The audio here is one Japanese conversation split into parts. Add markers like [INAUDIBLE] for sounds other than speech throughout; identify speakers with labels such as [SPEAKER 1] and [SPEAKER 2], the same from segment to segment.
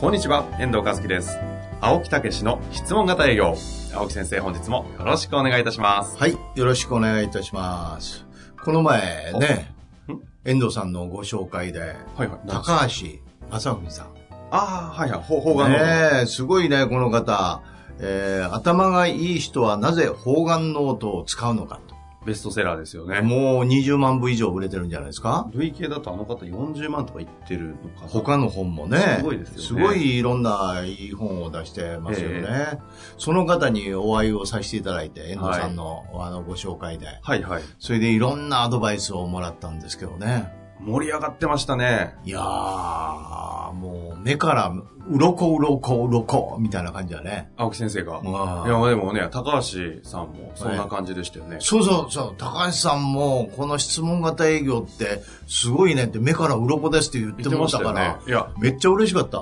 [SPEAKER 1] こんにちは、遠藤和樹です。青木武の質問型営業。青木先生、本日もよろしくお願いいたします。
[SPEAKER 2] はい、よろしくお願いいたします。この前ね、遠藤さんのご紹介で、
[SPEAKER 1] はいはい。あ
[SPEAKER 2] 高橋正文さん。
[SPEAKER 1] あー、はいはい。方方眼の。
[SPEAKER 2] ねえ、すごいね、この方。えー頭がいい人はなぜ方眼ノートを使うのか
[SPEAKER 1] ベストセラーですよ
[SPEAKER 2] と。
[SPEAKER 1] ね。
[SPEAKER 2] もう20万部以上売れてるんじゃないですか
[SPEAKER 1] 累計だとあの方40万とかいってるのかな。
[SPEAKER 2] 他の本もね、
[SPEAKER 1] すごいですよね
[SPEAKER 2] すごいいろんないい本を出してますよね。
[SPEAKER 1] え
[SPEAKER 2] その方にお会いをさせていただいて、遠藤さんの,、あのご紹介で。
[SPEAKER 1] はいはい。
[SPEAKER 2] それでいろんなアドバイスをもらったんですけどね。
[SPEAKER 1] 盛り上がってましたね。
[SPEAKER 2] いやー、もう目から鱗鱗鱗みたいな感じだね。
[SPEAKER 1] 青木先生が。い
[SPEAKER 2] まあ
[SPEAKER 1] や、でもね、高橋さんもそんな感じでしたよね。
[SPEAKER 2] そうそうそう、高橋さんもこの質問型営業ってすごいねって目から鱗ですって言って
[SPEAKER 1] 言って
[SPEAKER 2] ま
[SPEAKER 1] ま
[SPEAKER 2] し
[SPEAKER 1] した
[SPEAKER 2] たか
[SPEAKER 1] よね
[SPEAKER 2] ら、。
[SPEAKER 1] いや、
[SPEAKER 2] めっちゃ嬉しかった。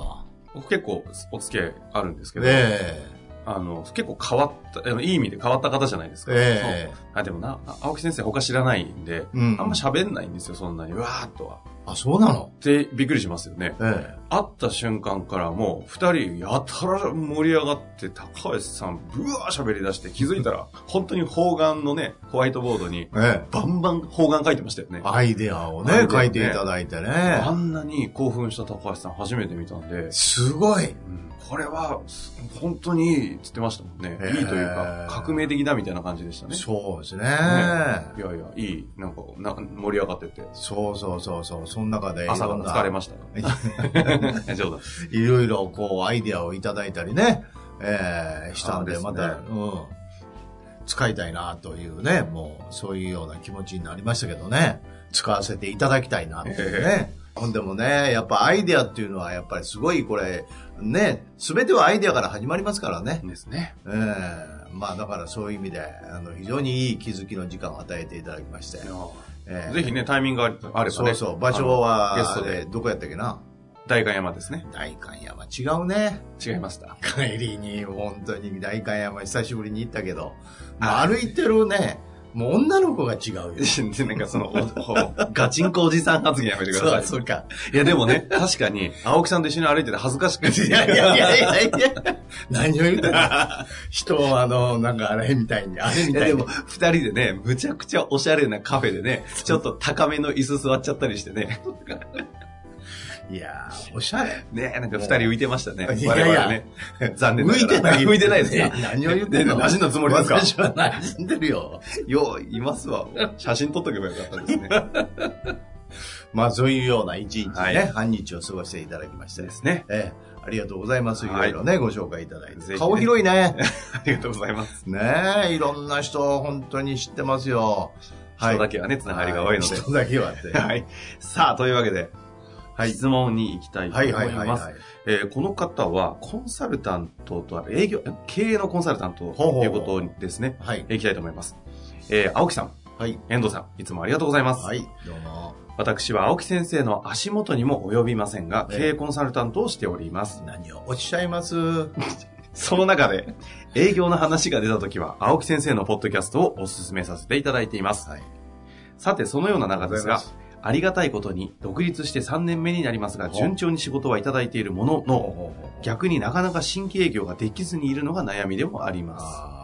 [SPEAKER 1] 僕結構お付き合いあるんですけど、
[SPEAKER 2] え
[SPEAKER 1] あの、結構変わった、あのいい意味で変わった方じゃないです
[SPEAKER 2] え
[SPEAKER 1] か。そう
[SPEAKER 2] ええ
[SPEAKER 1] あ、でもな、あ青木先生他知らないんで、
[SPEAKER 2] うん
[SPEAKER 1] あんま喋んないんですよ、そんなに。うわーっとは。
[SPEAKER 2] あ、そうなの
[SPEAKER 1] で、びっくりしますよね。
[SPEAKER 2] え
[SPEAKER 1] 会った瞬間からもう、二人、やたら盛り上がって、高橋さん、ぶわー喋り出して、気づいた
[SPEAKER 2] [LAUGHS]
[SPEAKER 1] ら、本当に方眼のね、ホワイトボードに、
[SPEAKER 2] ええ
[SPEAKER 1] バンバン方眼書いてましたよね
[SPEAKER 2] え。アイデアを
[SPEAKER 1] アイデア
[SPEAKER 2] ね
[SPEAKER 1] ね、
[SPEAKER 2] 書いていただいてね
[SPEAKER 1] あ。んなに興奮した高橋さん初めて見たんで、
[SPEAKER 2] すご
[SPEAKER 1] う
[SPEAKER 2] い。
[SPEAKER 1] んこれは、す本当にいいって言ってましたもんね。
[SPEAKER 2] えー
[SPEAKER 1] いいというか、革命的だみたいな感じでしたね。
[SPEAKER 2] そうですね。
[SPEAKER 1] いやいや、いい、なんか、な盛り上がってて、
[SPEAKER 2] そうそうそうそう、その中でいろんな。
[SPEAKER 1] 朝から疲れましたよ。 [LAUGHS] 冗談
[SPEAKER 2] いろいろこうアイデアをいただいたりね、えーしたんで、
[SPEAKER 1] そう
[SPEAKER 2] ま
[SPEAKER 1] ですね
[SPEAKER 2] た、うん、使いたいなというね、もうそういうような気持ちになりましたけどね、使わせていただきたいなっていうね。ほんでもね、やっぱアイデアっていうのはやっぱりすごいこれ、ね、すべてはアイデアから始まりますからね。
[SPEAKER 1] ですね。
[SPEAKER 2] えーまあだからそういう意味で、あの、非常にいい気づきの時間を与えていただきまして
[SPEAKER 1] い。や
[SPEAKER 2] えー
[SPEAKER 1] ぜひね、タイミングがあればね。
[SPEAKER 2] そうそう、場所は、
[SPEAKER 1] あのゲスト
[SPEAKER 2] あれ
[SPEAKER 1] で、
[SPEAKER 2] どこやったっけな
[SPEAKER 1] 大観山ですね。
[SPEAKER 2] 大観山違うね。
[SPEAKER 1] 違いました。
[SPEAKER 2] 帰りに、本当に大観山久しぶりに行ったけど、まあ歩いてるね、もう女の子が違うよ。
[SPEAKER 1] で、 [LAUGHS] なんかその、おおガチンコおじさん発言やめてください。
[SPEAKER 2] そうそうか。
[SPEAKER 1] いや、でもね、確かに、青木さんと一緒に [LAUGHS] 歩いてて恥ずかしくて。
[SPEAKER 2] いやいやいやいやいや、何を言う
[SPEAKER 1] [LAUGHS]
[SPEAKER 2] てんの人をあの、なんかあれみたいに、あれみ
[SPEAKER 1] い
[SPEAKER 2] た
[SPEAKER 1] や
[SPEAKER 2] い
[SPEAKER 1] で
[SPEAKER 2] に
[SPEAKER 1] も、。二人でね、むちゃくちゃおしゃれなカフェでね、ちょっと高めの椅子座っちゃったりしてね。
[SPEAKER 2] いやー、おしゃれ。
[SPEAKER 1] ねなんか二人浮いてましたね。
[SPEAKER 2] いやいや
[SPEAKER 1] 我々ね。残念な
[SPEAKER 2] 向
[SPEAKER 1] がら。
[SPEAKER 2] いてない。
[SPEAKER 1] 浮いてないです
[SPEAKER 2] ね
[SPEAKER 1] か。
[SPEAKER 2] 何を言ってんの
[SPEAKER 1] ね馴染んだつもりですか
[SPEAKER 2] 私は馴染んでるよ。
[SPEAKER 1] よう、いますわ。写真撮っとけばよかったですね。
[SPEAKER 2] まあそういうような一日ね、
[SPEAKER 1] はい
[SPEAKER 2] 半日を過ごしていただきまして
[SPEAKER 1] [LAUGHS] で。すね。
[SPEAKER 2] ええ、ありがとうございます。いろいろね、ご紹介いただい
[SPEAKER 1] ぜひ
[SPEAKER 2] て。
[SPEAKER 1] ね
[SPEAKER 2] 顔広いね。
[SPEAKER 1] ありがとうございます。
[SPEAKER 2] ねえ、いろんな人、本当に知ってますよ。
[SPEAKER 1] 人だけはね、つながりが多いので。
[SPEAKER 2] 人だけはって。
[SPEAKER 1] はい。さあ、というわけで、質問に行きたいと
[SPEAKER 2] は
[SPEAKER 1] 思い
[SPEAKER 2] い
[SPEAKER 1] ます。
[SPEAKER 2] はいはいはい。
[SPEAKER 1] えーこの方は、コンサルタントとは、営業、経営のコンサルタント
[SPEAKER 2] ほうほうほ
[SPEAKER 1] と
[SPEAKER 2] う
[SPEAKER 1] いうことですね。
[SPEAKER 2] はい。
[SPEAKER 1] いきたいと思います。えー青木さん、
[SPEAKER 2] はい。
[SPEAKER 1] 遠藤さん、いつもありがとうございます。
[SPEAKER 2] はい。どうも。
[SPEAKER 1] 私は青木先生の足元にも及びませんが、
[SPEAKER 2] ええ
[SPEAKER 1] 経営コンサルタントをしております。
[SPEAKER 2] 何をおっしゃいます
[SPEAKER 1] その中で、営業の話が出た時は、青木先生のポッドキャストをお勧めさせていただいています。
[SPEAKER 2] はい
[SPEAKER 1] さて、そのような中ですが、
[SPEAKER 2] ありがとうございま
[SPEAKER 1] ありがたいことに、独立して3年目になりますが、
[SPEAKER 2] ほう
[SPEAKER 1] 順調に仕事はいただいているもの
[SPEAKER 2] ほう
[SPEAKER 1] の、
[SPEAKER 2] ほうほう
[SPEAKER 1] 逆になかなか新規営業ができずにいるのが悩みでもあります。
[SPEAKER 2] あ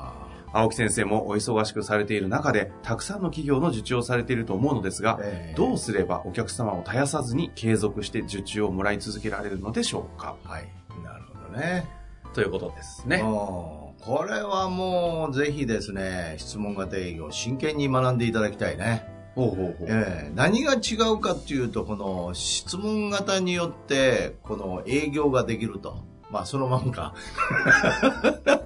[SPEAKER 1] 青木先生もお忙しくされている中で、たくさんの企業の受注をされていると思うのですが
[SPEAKER 2] ー、えー
[SPEAKER 1] どうすればお客様を絶やさずに継続して受注をもらい続けられるのでしょうか
[SPEAKER 2] はい。なるほどね。
[SPEAKER 1] ということです
[SPEAKER 2] うん
[SPEAKER 1] ね。
[SPEAKER 2] これはもう、ぜひですね、質問型営業、真剣に学んでいただきたいね。
[SPEAKER 1] ほうほうほう。
[SPEAKER 2] えー何が違うかっていうと、この質問型によって、この営業ができると。まあ、そのままか。 [LAUGHS]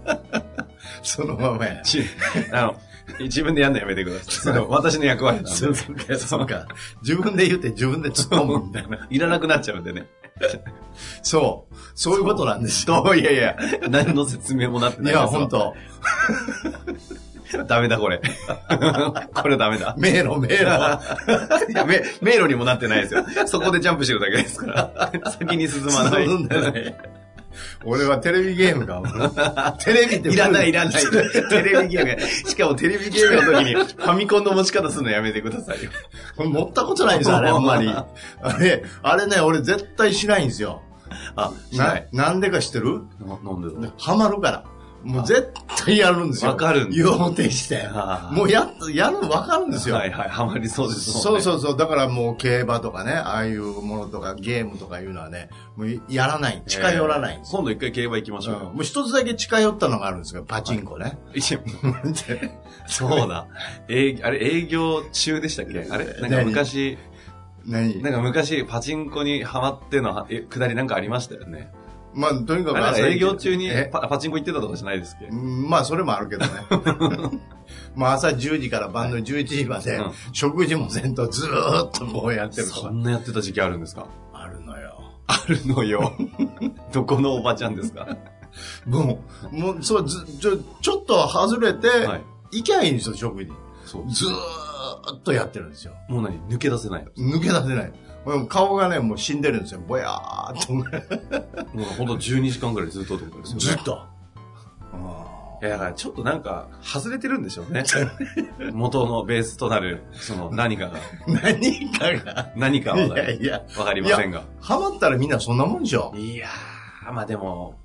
[SPEAKER 2] そのままや。
[SPEAKER 1] ち [LAUGHS] あの、自分でやるのやめてください。 [LAUGHS] その私の役割なんで。
[SPEAKER 2] [LAUGHS] そうか、そうか。自分で言って自分で突っ込むみたいな。
[SPEAKER 1] いらなくなっちゃうんでね。
[SPEAKER 2] そう。そういうことなんですよ。
[SPEAKER 1] どういやいや、何の説明もなって
[SPEAKER 2] い
[SPEAKER 1] ない
[SPEAKER 2] や、
[SPEAKER 1] です
[SPEAKER 2] 本当
[SPEAKER 1] 当ダメだ、これ。 [LAUGHS] これダメだ。
[SPEAKER 2] 迷路、迷路。
[SPEAKER 1] いや、め迷路にもなってないですよ。そこでジャンプしてるだけです
[SPEAKER 2] [LAUGHS]
[SPEAKER 1] から。先に進まない。
[SPEAKER 2] 進んでない [LAUGHS] 俺はテレビゲーム
[SPEAKER 1] [LAUGHS]
[SPEAKER 2] が。テレビって
[SPEAKER 1] いらない、いらない。テレビゲームが。しかもテレビゲームの時にファミコンの持ち方するのやめてくださいよ。
[SPEAKER 2] これ乗ったことないんですよ、あれ、あん
[SPEAKER 1] [LAUGHS]
[SPEAKER 2] まり。あれ、あれね、俺絶対しないんですよ。
[SPEAKER 1] あ、
[SPEAKER 2] な。、なんでか知ってる
[SPEAKER 1] ななんでだろ
[SPEAKER 2] ハマるから。もう絶対やるんですよ。
[SPEAKER 1] わかるんだ
[SPEAKER 2] 湯をてして
[SPEAKER 1] あ。ー
[SPEAKER 2] もうやっ、やるのわかるんです
[SPEAKER 1] う。
[SPEAKER 2] よ。
[SPEAKER 1] はいはい、ハマりそうですもんね。
[SPEAKER 2] そうそうそう。だからもう競馬とかね、ああいうものとかゲームとかいうのはね、もうやらない。近寄らないんですよ。
[SPEAKER 1] 今度一回競馬行きましょう
[SPEAKER 2] うん
[SPEAKER 1] よ。
[SPEAKER 2] もう一つだけ近寄ったのがあるんですよ。パチンコね。
[SPEAKER 1] いやそう [LAUGHS] だ。営あれ、営業中でしたっけあれなんか
[SPEAKER 2] 何
[SPEAKER 1] 昔、
[SPEAKER 2] 何
[SPEAKER 1] なんか昔、パチンコにハマってのはえくだりなんかありましたよね。
[SPEAKER 2] まあ、とにか
[SPEAKER 1] あれなん
[SPEAKER 2] く
[SPEAKER 1] か
[SPEAKER 2] 朝
[SPEAKER 1] 営
[SPEAKER 2] 一
[SPEAKER 1] 業中に
[SPEAKER 2] え
[SPEAKER 1] パパチンコ行ってたとかじゃないですっけど。
[SPEAKER 2] うんまあ、それもあるけどね。 [LAUGHS] まあ、朝10時から晩の11時まで、
[SPEAKER 1] うん
[SPEAKER 2] 食事もせんとずーっとこうやってる
[SPEAKER 1] そんなやってた時期あるんですか
[SPEAKER 2] あるのよ。
[SPEAKER 1] あるの [LAUGHS] よ。どこのおばちゃんですか
[SPEAKER 2] もう、もう、そう、ず、ちょ、ちょっと外れて、
[SPEAKER 1] はい
[SPEAKER 2] 行きゃいいんですよ、食事。
[SPEAKER 1] そう。
[SPEAKER 2] ずーっとやってるんですよ。
[SPEAKER 1] もう何抜け出せない。
[SPEAKER 2] 抜け出せない。もう顔がね、もう死んでるんですよ。ぼやーっと。
[SPEAKER 1] もうほんと12時間ぐらいずっとってことですよね。
[SPEAKER 2] ずっと。
[SPEAKER 1] いや、だからちょっとなんか、外れてるんでしょ [LAUGHS] うね。元のベースとなる、その何かが、
[SPEAKER 2] 何かが。
[SPEAKER 1] 何かはいわ
[SPEAKER 2] やいや、
[SPEAKER 1] かりませんが。
[SPEAKER 2] ハマったらみんなそんなもんでしょ。
[SPEAKER 1] いやー、まあでも、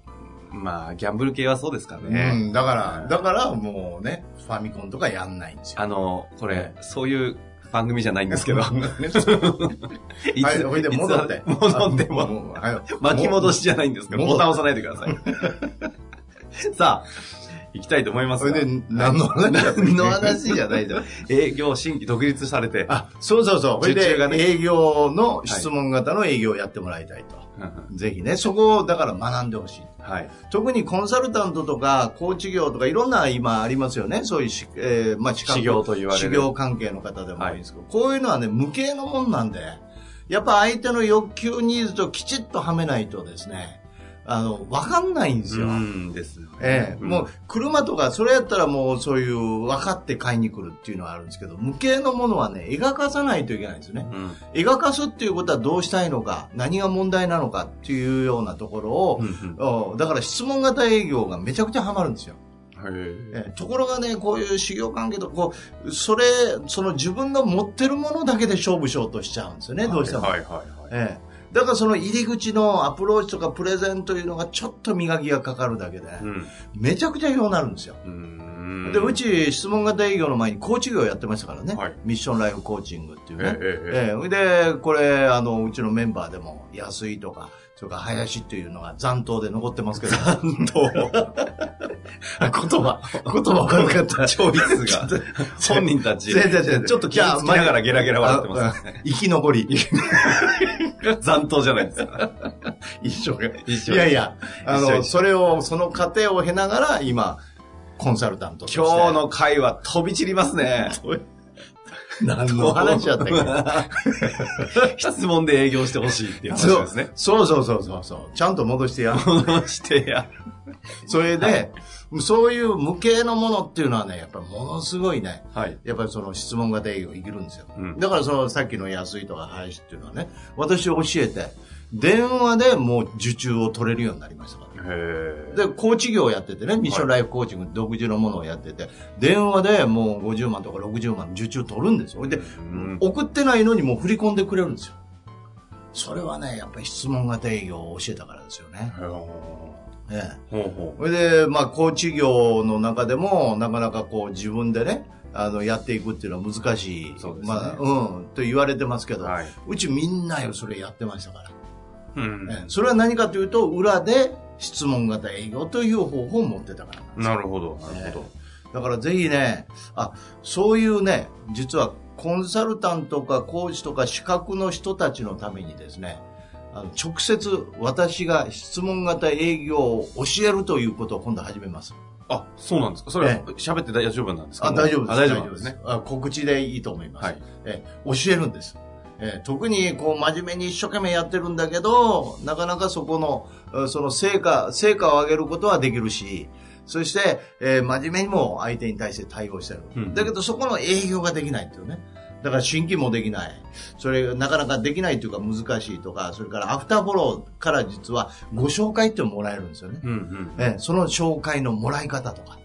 [SPEAKER 1] まあ、ギャンブル系はそうですからね。
[SPEAKER 2] うん、だから、だからもうね、ファミコンとかやんないんですよ。
[SPEAKER 1] あの、これ
[SPEAKER 2] え、
[SPEAKER 1] そういう番組じゃないんですけど。 [LAUGHS] い
[SPEAKER 2] はい、ほいで戻って。
[SPEAKER 1] いつ戻って
[SPEAKER 2] あ
[SPEAKER 1] も、
[SPEAKER 2] もうはい
[SPEAKER 1] 巻き戻しじゃないんですけど、
[SPEAKER 2] 戻
[SPEAKER 1] ボ
[SPEAKER 2] っ
[SPEAKER 1] タン押さないでください。
[SPEAKER 2] [LAUGHS]
[SPEAKER 1] さあ、行きたいと思います
[SPEAKER 2] それ
[SPEAKER 1] が。
[SPEAKER 2] で、何の話だったっけ
[SPEAKER 1] 何の話じゃないだろ。営業新規独立されて。
[SPEAKER 2] あ、そうそうそう。それ
[SPEAKER 1] 受
[SPEAKER 2] で
[SPEAKER 1] 注が、ね
[SPEAKER 2] 営業の質問型の営業をやってもらいたいと。ぜひね、そこをだから学んでほしい。
[SPEAKER 1] はい。
[SPEAKER 2] 特にコンサルタントとか、コーチ業とか、いろんな今ありますよね。そういうし、えーまあ、資格
[SPEAKER 1] 修行と言われる
[SPEAKER 2] 修行関係の方でもいいんですけど、こういうのはね、無形のもんなんで、やっぱ相手の欲求ニーズときちっとはめないとですね、あの、わかんないんですよ。
[SPEAKER 1] うんですよね。
[SPEAKER 2] ええ
[SPEAKER 1] うん
[SPEAKER 2] もう、車とか、それやったらもうそういう分かって買いに来るっていうのはあるんですけど、無形のものはね、描かさないといけないんですよね。
[SPEAKER 1] うん
[SPEAKER 2] 描かすっていうことはどうしたいのか、何が問題なのかっていうようなところを、
[SPEAKER 1] うん
[SPEAKER 2] おだから質問型営業がめちゃくちゃハマるんですよ。
[SPEAKER 1] うんへえ
[SPEAKER 2] えところがね、こういう修行関係とこう、それ、その自分の持ってるものだけで勝負しようとしちゃうんですよね、どうしても。
[SPEAKER 1] はいはいはい。
[SPEAKER 2] ええだからその入り口のアプローチとかプレゼンというのがちょっと磨きがかかるだけで、
[SPEAKER 1] うん
[SPEAKER 2] めちゃくちゃようになるんですよ。
[SPEAKER 1] うん
[SPEAKER 2] で、うち質問型営業の前にコーチ業やってましたからね。
[SPEAKER 1] はい
[SPEAKER 2] ミッションライフコーチングっていう
[SPEAKER 1] え
[SPEAKER 2] ね。
[SPEAKER 1] えええ
[SPEAKER 2] ええで、これ、あの、うちのメンバーでも、安井とか、それから林っていうのが残党で残ってます
[SPEAKER 1] [LAUGHS]
[SPEAKER 2] けど。残党言葉、 [LAUGHS] 言葉悪かった。
[SPEAKER 1] チョイ
[SPEAKER 2] [LAUGHS]
[SPEAKER 1] スが、本人たち、
[SPEAKER 2] 全然全然
[SPEAKER 1] ちょっと気をつきながらゲラゲラ笑ってますね。
[SPEAKER 2] ああ生き残り。
[SPEAKER 1] 残党じゃないですか。
[SPEAKER 2] 一生が。
[SPEAKER 1] [LAUGHS] 一
[SPEAKER 2] い
[SPEAKER 1] 緒
[SPEAKER 2] やいや、あ
[SPEAKER 1] 一緒
[SPEAKER 2] の、
[SPEAKER 1] 一緒
[SPEAKER 2] それを、その過程を経ながら、今、コンサルタントとして。
[SPEAKER 1] 今日の回は飛び散りますね。
[SPEAKER 2] 何の話やったっけ
[SPEAKER 1] [LAUGHS] 質問で営業してほしいっていう話
[SPEAKER 2] そう
[SPEAKER 1] ですね。
[SPEAKER 2] そうそうそうそうそう。ちゃんと戻してや。
[SPEAKER 1] 戻してや。
[SPEAKER 2] それで、そういう無形のものっていうのはね、やっぱりものすごいね、
[SPEAKER 1] はい。
[SPEAKER 2] やっぱりその質問型営業生きるんですよ。
[SPEAKER 1] うん
[SPEAKER 2] だからそのさっきの安いとか林っていうのはね、私教えて、電話でもう受注を取れるようになりましたから。
[SPEAKER 1] へえ
[SPEAKER 2] で、コーチ業をやっててね、ミッションライフコーチング独自のものをやってて、電話でもう50万とか60万受注取るんですよ。で、
[SPEAKER 1] ん
[SPEAKER 2] 送ってないのにもう振り込んでくれるんですよ。それはね、やっぱり質問型営業を教えたからですよね。
[SPEAKER 1] へえ
[SPEAKER 2] ええ
[SPEAKER 1] ほうほ
[SPEAKER 2] それで、まあ、コーチ業の中でも、なかなかこう、自分でね、あの、やっていくっていうのは難しい。
[SPEAKER 1] そうですね
[SPEAKER 2] まあ、うん、と言われてますけ
[SPEAKER 1] う。
[SPEAKER 2] ど、
[SPEAKER 1] はい。
[SPEAKER 2] うちみんなよ、それやってましたから。
[SPEAKER 1] うん
[SPEAKER 2] ええそれは何かというと、裏で質問型営業という方法を持ってたからなんですよ
[SPEAKER 1] なるほど、なるほど。
[SPEAKER 2] だからぜひね、あ、そういうね、実はコンサルタントとかコーチとか資格の人たちのためにですね、あの直接私が質問型営業を教えるということを今度始めます。
[SPEAKER 1] あ、そうなんですかそれは
[SPEAKER 2] え
[SPEAKER 1] 喋って大丈夫なんですか
[SPEAKER 2] あ、大丈夫です。
[SPEAKER 1] あ大丈夫なんですね。
[SPEAKER 2] あ告知でいいと思います。
[SPEAKER 1] はい
[SPEAKER 2] え教えるんです。えー特にこう真面目に一生懸命やってるんだけど、なかなかそこの、えーその成果、成果を上げることはできるし、そして、えー真面目にも相手に対して対応してる。
[SPEAKER 1] うん
[SPEAKER 2] だけどそこの営業ができないっていうね。だから新規もできない。それがなかなかできないというか難しいとか、それからアフターフォローから実はご紹介っていうのもらえるんですよね。
[SPEAKER 1] うんうん。
[SPEAKER 2] ええその紹介のもらい方とか、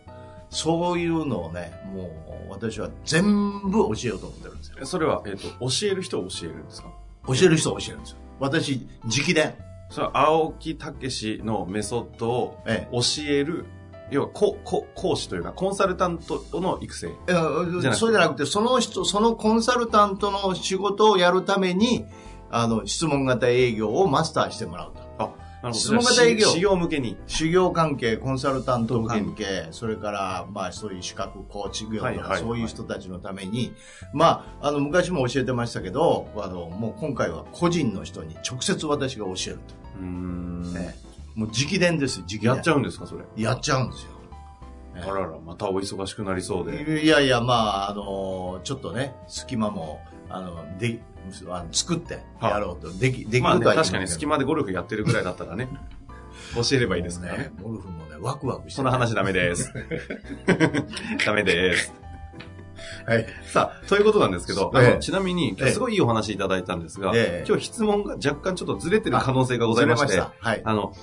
[SPEAKER 2] そういうのをね、もう私は全部教えようと思ってるんですよ。
[SPEAKER 1] えそれは、えっ、と、教える人を教えるんですか
[SPEAKER 2] 教える人は教えるんですよ。私、直伝。
[SPEAKER 1] それは、青木武氏のメソッドを
[SPEAKER 2] ええ
[SPEAKER 1] 教える、要はここ講師というか、コンサルタントの育成。
[SPEAKER 2] いや
[SPEAKER 1] じゃなくて
[SPEAKER 2] そうじゃなくて、その人、そのコンサルタントの仕事をやるために、あの、質問型営業をマスターしてもらうと。
[SPEAKER 1] あ、なるほど。
[SPEAKER 2] 質問型営業
[SPEAKER 1] じゃあし修行向けに。
[SPEAKER 2] 修行関係、コンサルタント関係、それから、まあ、そういう資格、コーチ業
[SPEAKER 1] はい
[SPEAKER 2] と
[SPEAKER 1] はい
[SPEAKER 2] か、
[SPEAKER 1] はい
[SPEAKER 2] そういう人たちのために、まあ、あの、昔も教えてましたけど、あの、もう今回は個人の人に直接私が教える
[SPEAKER 1] うーん
[SPEAKER 2] と。。ねもう直伝です、直伝。
[SPEAKER 1] やっちゃうんですか、それ。
[SPEAKER 2] やっちゃうんですよ。
[SPEAKER 1] あ
[SPEAKER 2] ね
[SPEAKER 1] らら、またお忙しくなりそうで。
[SPEAKER 2] いやいや、まあ、あの、ちょっとね、隙間も、あの、で、あの作ってやろうと。でき、できる
[SPEAKER 1] まあ、ね、
[SPEAKER 2] とは言って
[SPEAKER 1] 確か
[SPEAKER 2] ない
[SPEAKER 1] に隙間でゴルフやってるぐらいだったら
[SPEAKER 2] [LAUGHS]
[SPEAKER 1] ね、教えればいいですからね。。
[SPEAKER 2] ゴルフもね、ワクワクして、
[SPEAKER 1] その話ダメです。 [LAUGHS] ダメです。
[SPEAKER 2] はい。
[SPEAKER 1] さあ、ということなんですけど、あ
[SPEAKER 2] え
[SPEAKER 1] の
[SPEAKER 2] え
[SPEAKER 1] ちなみに、今日すごいいいお話いただいたんですが、
[SPEAKER 2] ええ
[SPEAKER 1] 今日質問が若干ちょっとずれてる可能性がございまして、
[SPEAKER 2] ずれ
[SPEAKER 1] あ
[SPEAKER 2] たはい。
[SPEAKER 1] の、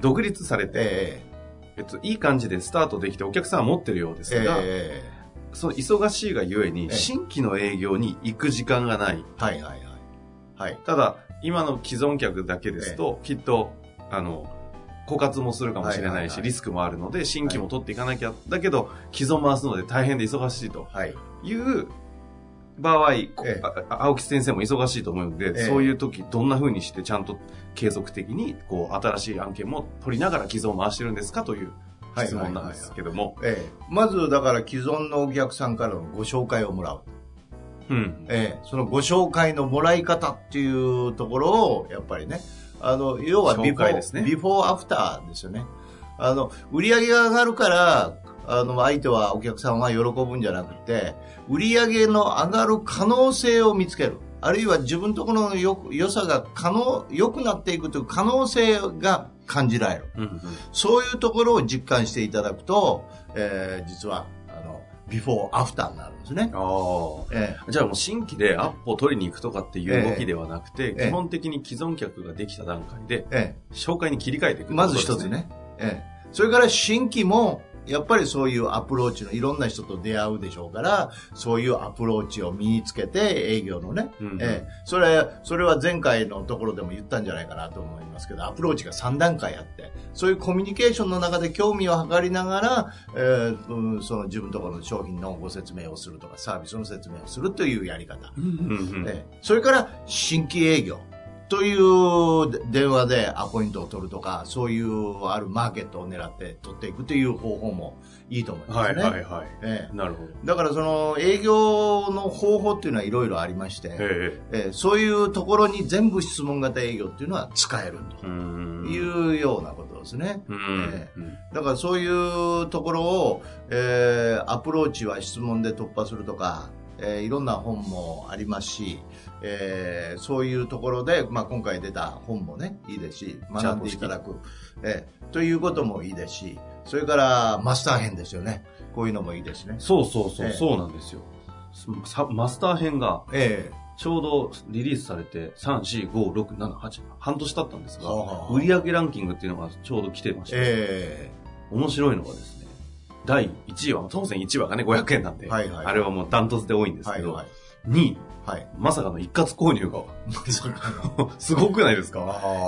[SPEAKER 1] 独立されて、
[SPEAKER 2] ええ
[SPEAKER 1] えっと、いい感じでスタートできてお客さんは持ってるようですが、
[SPEAKER 2] ええ
[SPEAKER 1] その忙しいがゆえに、
[SPEAKER 2] ええ
[SPEAKER 1] 新規の営業に行く時間がない。
[SPEAKER 2] はいはいはい。はい。
[SPEAKER 1] ただ、今の既存客だけですと、きっと、あの、枯渇もするかもしれ
[SPEAKER 2] はい
[SPEAKER 1] な
[SPEAKER 2] はいい
[SPEAKER 1] し、
[SPEAKER 2] はい
[SPEAKER 1] リスクもあるので、新規も取っていかなきゃ、だけど、既存回すので大変で忙しいと
[SPEAKER 2] はい。
[SPEAKER 1] いう場合、こ
[SPEAKER 2] ええ
[SPEAKER 1] ああ青木先生も忙しいと思うので、
[SPEAKER 2] ええ
[SPEAKER 1] そういう時、どんな風にして、ちゃんと継続的に、こう、新しい案件も取りながら既存回してるんですかという質問なんですけども、
[SPEAKER 2] ええまず、だから既存のお客さんからのご紹介をもらう。
[SPEAKER 1] うん。
[SPEAKER 2] ええそのご紹介のもらい方っていうところを、やっぱりね、あの、要は
[SPEAKER 1] 紹
[SPEAKER 2] ビフォ
[SPEAKER 1] 介
[SPEAKER 2] ー、
[SPEAKER 1] ですね
[SPEAKER 2] ビフォーアフターですよね。あの、売り上げが上がるから、あの、相手は、お客さんは喜ぶんじゃなくて、売り上げの上がる可能性を見つける。あるいは自分ところのよ良さが可能、良くなっていくという可能性が感じられる。
[SPEAKER 1] うんうん
[SPEAKER 2] そういうところを実感していただくと、えー実は、あの、ビフォーアフターになるんですね。
[SPEAKER 1] ああ。
[SPEAKER 2] え
[SPEAKER 1] じゃあもう新規でアップを取りに行くとかっていう動きではなくて、
[SPEAKER 2] ええ
[SPEAKER 1] 基本的に既存客ができた段階で
[SPEAKER 2] ー、え
[SPEAKER 1] 紹介に切り替えていく
[SPEAKER 2] ーまず一つ。ね。えーそれから新規も、やっぱりそういうアプローチのいろんな人と出会うでしょうから、そういうアプローチを身につけて営業のね、
[SPEAKER 1] うんうん
[SPEAKER 2] えーそれ、それは前回のところでも言ったんじゃないかなと思いますけど、アプローチが3段階あって、そういうコミュニケーションの中で興味を測りながら、えーうんその自分ところの商品のご説明をするとか、サービスの説明をするというやり方。
[SPEAKER 1] うんうんうん
[SPEAKER 2] えーそれから新規営業というで電話でアポイントを取るとか、そういうあるマーケットを狙って取っていくという方法もいいと思いま
[SPEAKER 1] は
[SPEAKER 2] す
[SPEAKER 1] い
[SPEAKER 2] ね。
[SPEAKER 1] はいはい。
[SPEAKER 2] え
[SPEAKER 1] なるほど。
[SPEAKER 2] ーだからその営業の方法っていうのはいろいろありまして、
[SPEAKER 1] え
[SPEAKER 2] えーそういうところに全部質問型営業っていうのは使える
[SPEAKER 1] え。うん
[SPEAKER 2] というようなことですね。
[SPEAKER 1] うん
[SPEAKER 2] えだからそういうところを、えーアプローチは質問で突破するとか、えーいろんな本もありますし、えーそういうところで、まあ、今回出た本もね、いいですし、学んでいただく、えーということもいいですし、それからマスター編ですよね。こういうのもいいですね。
[SPEAKER 1] そうそうそう、
[SPEAKER 2] ええ
[SPEAKER 1] そうなんですよ。さマスター編が
[SPEAKER 2] え
[SPEAKER 1] ちょうどリリースされて3、4、5、6、7、8、半年経ったんですが
[SPEAKER 2] はあは、あ
[SPEAKER 1] 売上ランキングっていうのがちょうど来てま
[SPEAKER 2] え
[SPEAKER 1] して、
[SPEAKER 2] え
[SPEAKER 1] 面白いのがですね、第1位は、当然1話がね、500円なんで、
[SPEAKER 2] はいはい
[SPEAKER 1] あれはもうダントツで多いんで
[SPEAKER 2] え
[SPEAKER 1] す
[SPEAKER 2] は
[SPEAKER 1] け
[SPEAKER 2] い
[SPEAKER 1] ど、
[SPEAKER 2] はい。
[SPEAKER 1] 2位、
[SPEAKER 2] はい。
[SPEAKER 1] まさかの一括購入が、 [LAUGHS] すごくないですか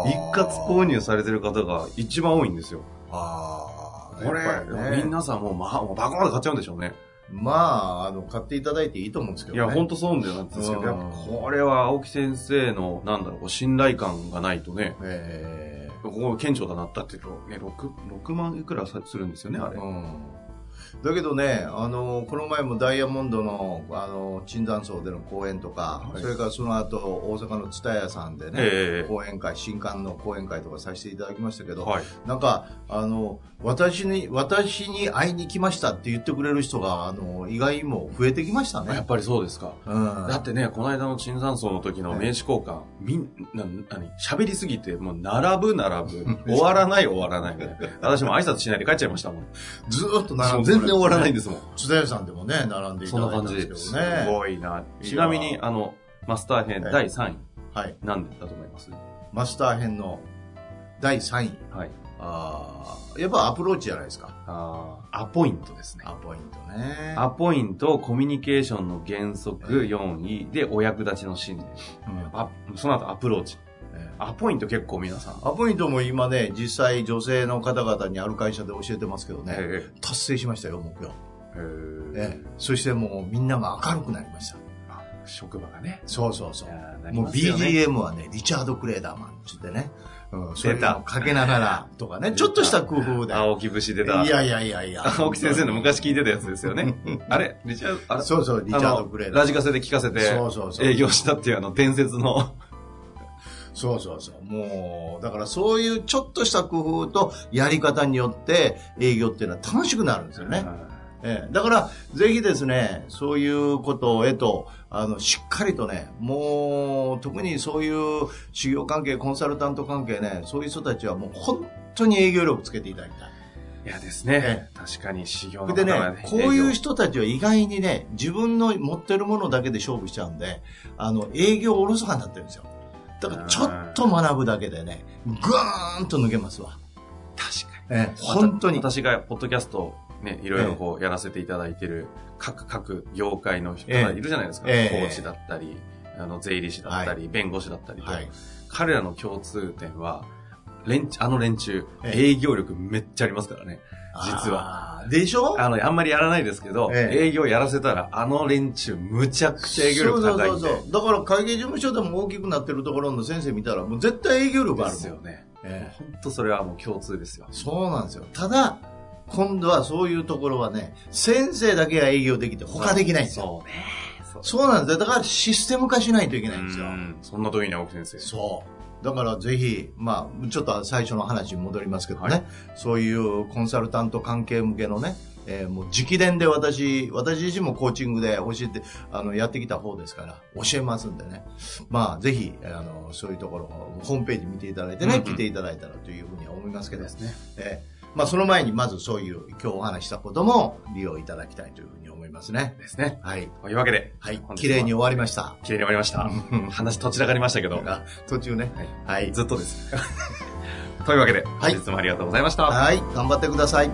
[SPEAKER 1] 一括購入されてる方が一番多いんですよ。
[SPEAKER 2] ああ、
[SPEAKER 1] これ、
[SPEAKER 2] やっぱりね
[SPEAKER 1] 皆さんもう、まあ、もうバカまで買っちゃうんでしょうね。
[SPEAKER 2] まあ、あの、買っていただいていいと思うんですけ
[SPEAKER 1] い
[SPEAKER 2] どね。
[SPEAKER 1] や、本当そうなんですけど、
[SPEAKER 2] うん
[SPEAKER 1] やっぱこれは青木先生の、なんだろうこう、信頼感がないとね、
[SPEAKER 2] え
[SPEAKER 1] ここ顕著だなったっていうと、ね、6、6万いくらさするんですよね、あ
[SPEAKER 2] え
[SPEAKER 1] れ。
[SPEAKER 2] うん。だけどね、あのこの前もダイヤモンドのあの椿山荘での公演とか、
[SPEAKER 1] はい
[SPEAKER 2] それからその後大阪の蔦屋さんでね、
[SPEAKER 1] ええ
[SPEAKER 2] 講演会新刊の講演会とかさせていただきましたけど、
[SPEAKER 1] はい。
[SPEAKER 2] なんかあの私に私に会いに来ましたって言ってくれる人があの意外にも増えてきました
[SPEAKER 1] や
[SPEAKER 2] ね
[SPEAKER 1] っ。ぱりそうですか。
[SPEAKER 2] うん
[SPEAKER 1] だってね、この間の椿山荘の時の名刺交換、みんな、何、喋りすぎて、もう並ぶ並 [LAUGHS] ぶ、終わらない終わらないみたいな。私も挨拶しないで帰っちゃいましたもん。
[SPEAKER 2] ずーっと
[SPEAKER 1] そ
[SPEAKER 2] 並
[SPEAKER 1] うん
[SPEAKER 2] で
[SPEAKER 1] 全然終わらないん
[SPEAKER 2] で
[SPEAKER 1] ですもん。
[SPEAKER 2] す。津田屋さんでもね、並んでい
[SPEAKER 1] そ
[SPEAKER 2] た
[SPEAKER 1] んな
[SPEAKER 2] だいたん
[SPEAKER 1] 感じ
[SPEAKER 2] です
[SPEAKER 1] で
[SPEAKER 2] けど
[SPEAKER 1] す。
[SPEAKER 2] ね。
[SPEAKER 1] ごいな。ちなみに、あの、マスター編
[SPEAKER 2] ええ
[SPEAKER 1] 第3位、
[SPEAKER 2] はい。
[SPEAKER 1] 何だと思います
[SPEAKER 2] マスター編の第3位。
[SPEAKER 1] はい。
[SPEAKER 2] あーやっぱアプローチじゃないですか。
[SPEAKER 1] あーアポイントですね。
[SPEAKER 2] アポイントね。
[SPEAKER 1] アポイント、コミュニケーションの原則4位で、お役立ちの信念。
[SPEAKER 2] うん
[SPEAKER 1] あその後アプローチ。
[SPEAKER 2] ええ
[SPEAKER 1] アポイント結構皆さん。
[SPEAKER 2] アポイントも今ね、実際女性の方々にある会社で教えてますけどね、
[SPEAKER 1] え
[SPEAKER 2] 達成しましたよ、目標。
[SPEAKER 1] え
[SPEAKER 2] ええそしてもうみんなが明るくなりました。
[SPEAKER 1] あ職場がね。
[SPEAKER 2] そうそうそ。
[SPEAKER 1] いうやーなり
[SPEAKER 2] もう
[SPEAKER 1] ますよね
[SPEAKER 2] BGM はね、リチャード・クレーダーマンつってね、うん、それをかけながら
[SPEAKER 1] [LAUGHS]
[SPEAKER 2] とかね、ちょっとした工夫で。
[SPEAKER 1] 青木節出た。
[SPEAKER 2] いやいやいや
[SPEAKER 1] [LAUGHS]
[SPEAKER 2] いや。
[SPEAKER 1] 青木先生の昔聞いてたやつですよね。あれリチャード、あれ
[SPEAKER 2] そうそう、リチャード・クレー
[SPEAKER 1] あの
[SPEAKER 2] ダ
[SPEAKER 1] ラ
[SPEAKER 2] ー。
[SPEAKER 1] ジカセで聞かせて、
[SPEAKER 2] そうそうそう。
[SPEAKER 1] 営業したっていうあの伝説の。
[SPEAKER 2] そうそうそう。もう、だからそういうちょっとした工夫とやり方によって営業っていうのは楽しくなるんですよね。ええ、だから、ぜひですね、そういうことへと、あの、しっかりとね、もう、特にそういう修行関係、コンサルタント関係ね、そういう人たちはもう本当に営業力つけていただきたい。
[SPEAKER 1] いやですね。確かに修行の
[SPEAKER 2] で
[SPEAKER 1] 方が
[SPEAKER 2] ね、こういう
[SPEAKER 1] 営
[SPEAKER 2] 人たちは意外にね、自分の持ってるものだけで勝負しちゃうんで、あの、営業おろそかになってるんですよ。だから、ちょっと学ぶだけでね、ぐーんと抜けますわ。
[SPEAKER 1] 業確かに。
[SPEAKER 2] ええ、本当に。
[SPEAKER 1] 私がポッドキャストをね、いろいろこうやらせていただいてる各、各業界の人
[SPEAKER 2] ええ
[SPEAKER 1] がいるじゃないですか。コ
[SPEAKER 2] ええ
[SPEAKER 1] ーチだったり、あの、税理士だったり、弁護士だったりと
[SPEAKER 2] はい。
[SPEAKER 1] 彼らの共通点は、連中あの連中、
[SPEAKER 2] ええ
[SPEAKER 1] 営業力めっちゃありますからね。実
[SPEAKER 2] は。でしょ
[SPEAKER 1] あの、あんまりやらないですけど、
[SPEAKER 2] ええ
[SPEAKER 1] 営業やらせたら、あの連中、むちゃくちゃ営業力高いんで。
[SPEAKER 2] そうそうそうそうだから会計事務所でも大きくなってるところの先生見たらもう絶対営業力
[SPEAKER 1] で
[SPEAKER 2] あるもん
[SPEAKER 1] すよね。
[SPEAKER 2] ええ
[SPEAKER 1] 本当それはもう共通ですよ。
[SPEAKER 2] そうなんですよただ今度はそういうところはね先生だけは営業できて他できないんですよ
[SPEAKER 1] そうね。そう
[SPEAKER 2] そうなんですよだからシステム化しないといけないんですよ
[SPEAKER 1] うんそんな時に青木先生。
[SPEAKER 2] そうだからぜひ、まあ、ちょっと最初の話に戻りますけどね、
[SPEAKER 1] はい
[SPEAKER 2] そういうコンサルタント関係向けのね、えーもう直伝で私、私自身もコーチングで教えて、あの、やってきた方ですから、教えますんでね。まあ、ぜひ、あの、そういうところ、ホームページ見ていただいて
[SPEAKER 1] う
[SPEAKER 2] ね、
[SPEAKER 1] んうん
[SPEAKER 2] 来ていただいたらというふうには思いますけど、
[SPEAKER 1] ですね。
[SPEAKER 2] えーまあ、その前にまずそういう、今日お話ししたことも利用いただきたいというふうに思いますね。
[SPEAKER 1] ですね。
[SPEAKER 2] はい。
[SPEAKER 1] というわけで、
[SPEAKER 2] はい
[SPEAKER 1] 本日。は
[SPEAKER 2] 綺麗に終わりました。
[SPEAKER 1] 綺麗に終わりました。話、とちらかりましたけど。
[SPEAKER 2] あ [LAUGHS] 途中ね。
[SPEAKER 1] はい
[SPEAKER 2] はい。
[SPEAKER 1] ずっとです。 [LAUGHS] というわけで、
[SPEAKER 2] い
[SPEAKER 1] 本日もありがとうございました。
[SPEAKER 2] はい。頑張ってください。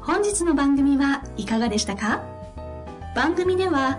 [SPEAKER 3] 本日の番組はいかがでしたか番組では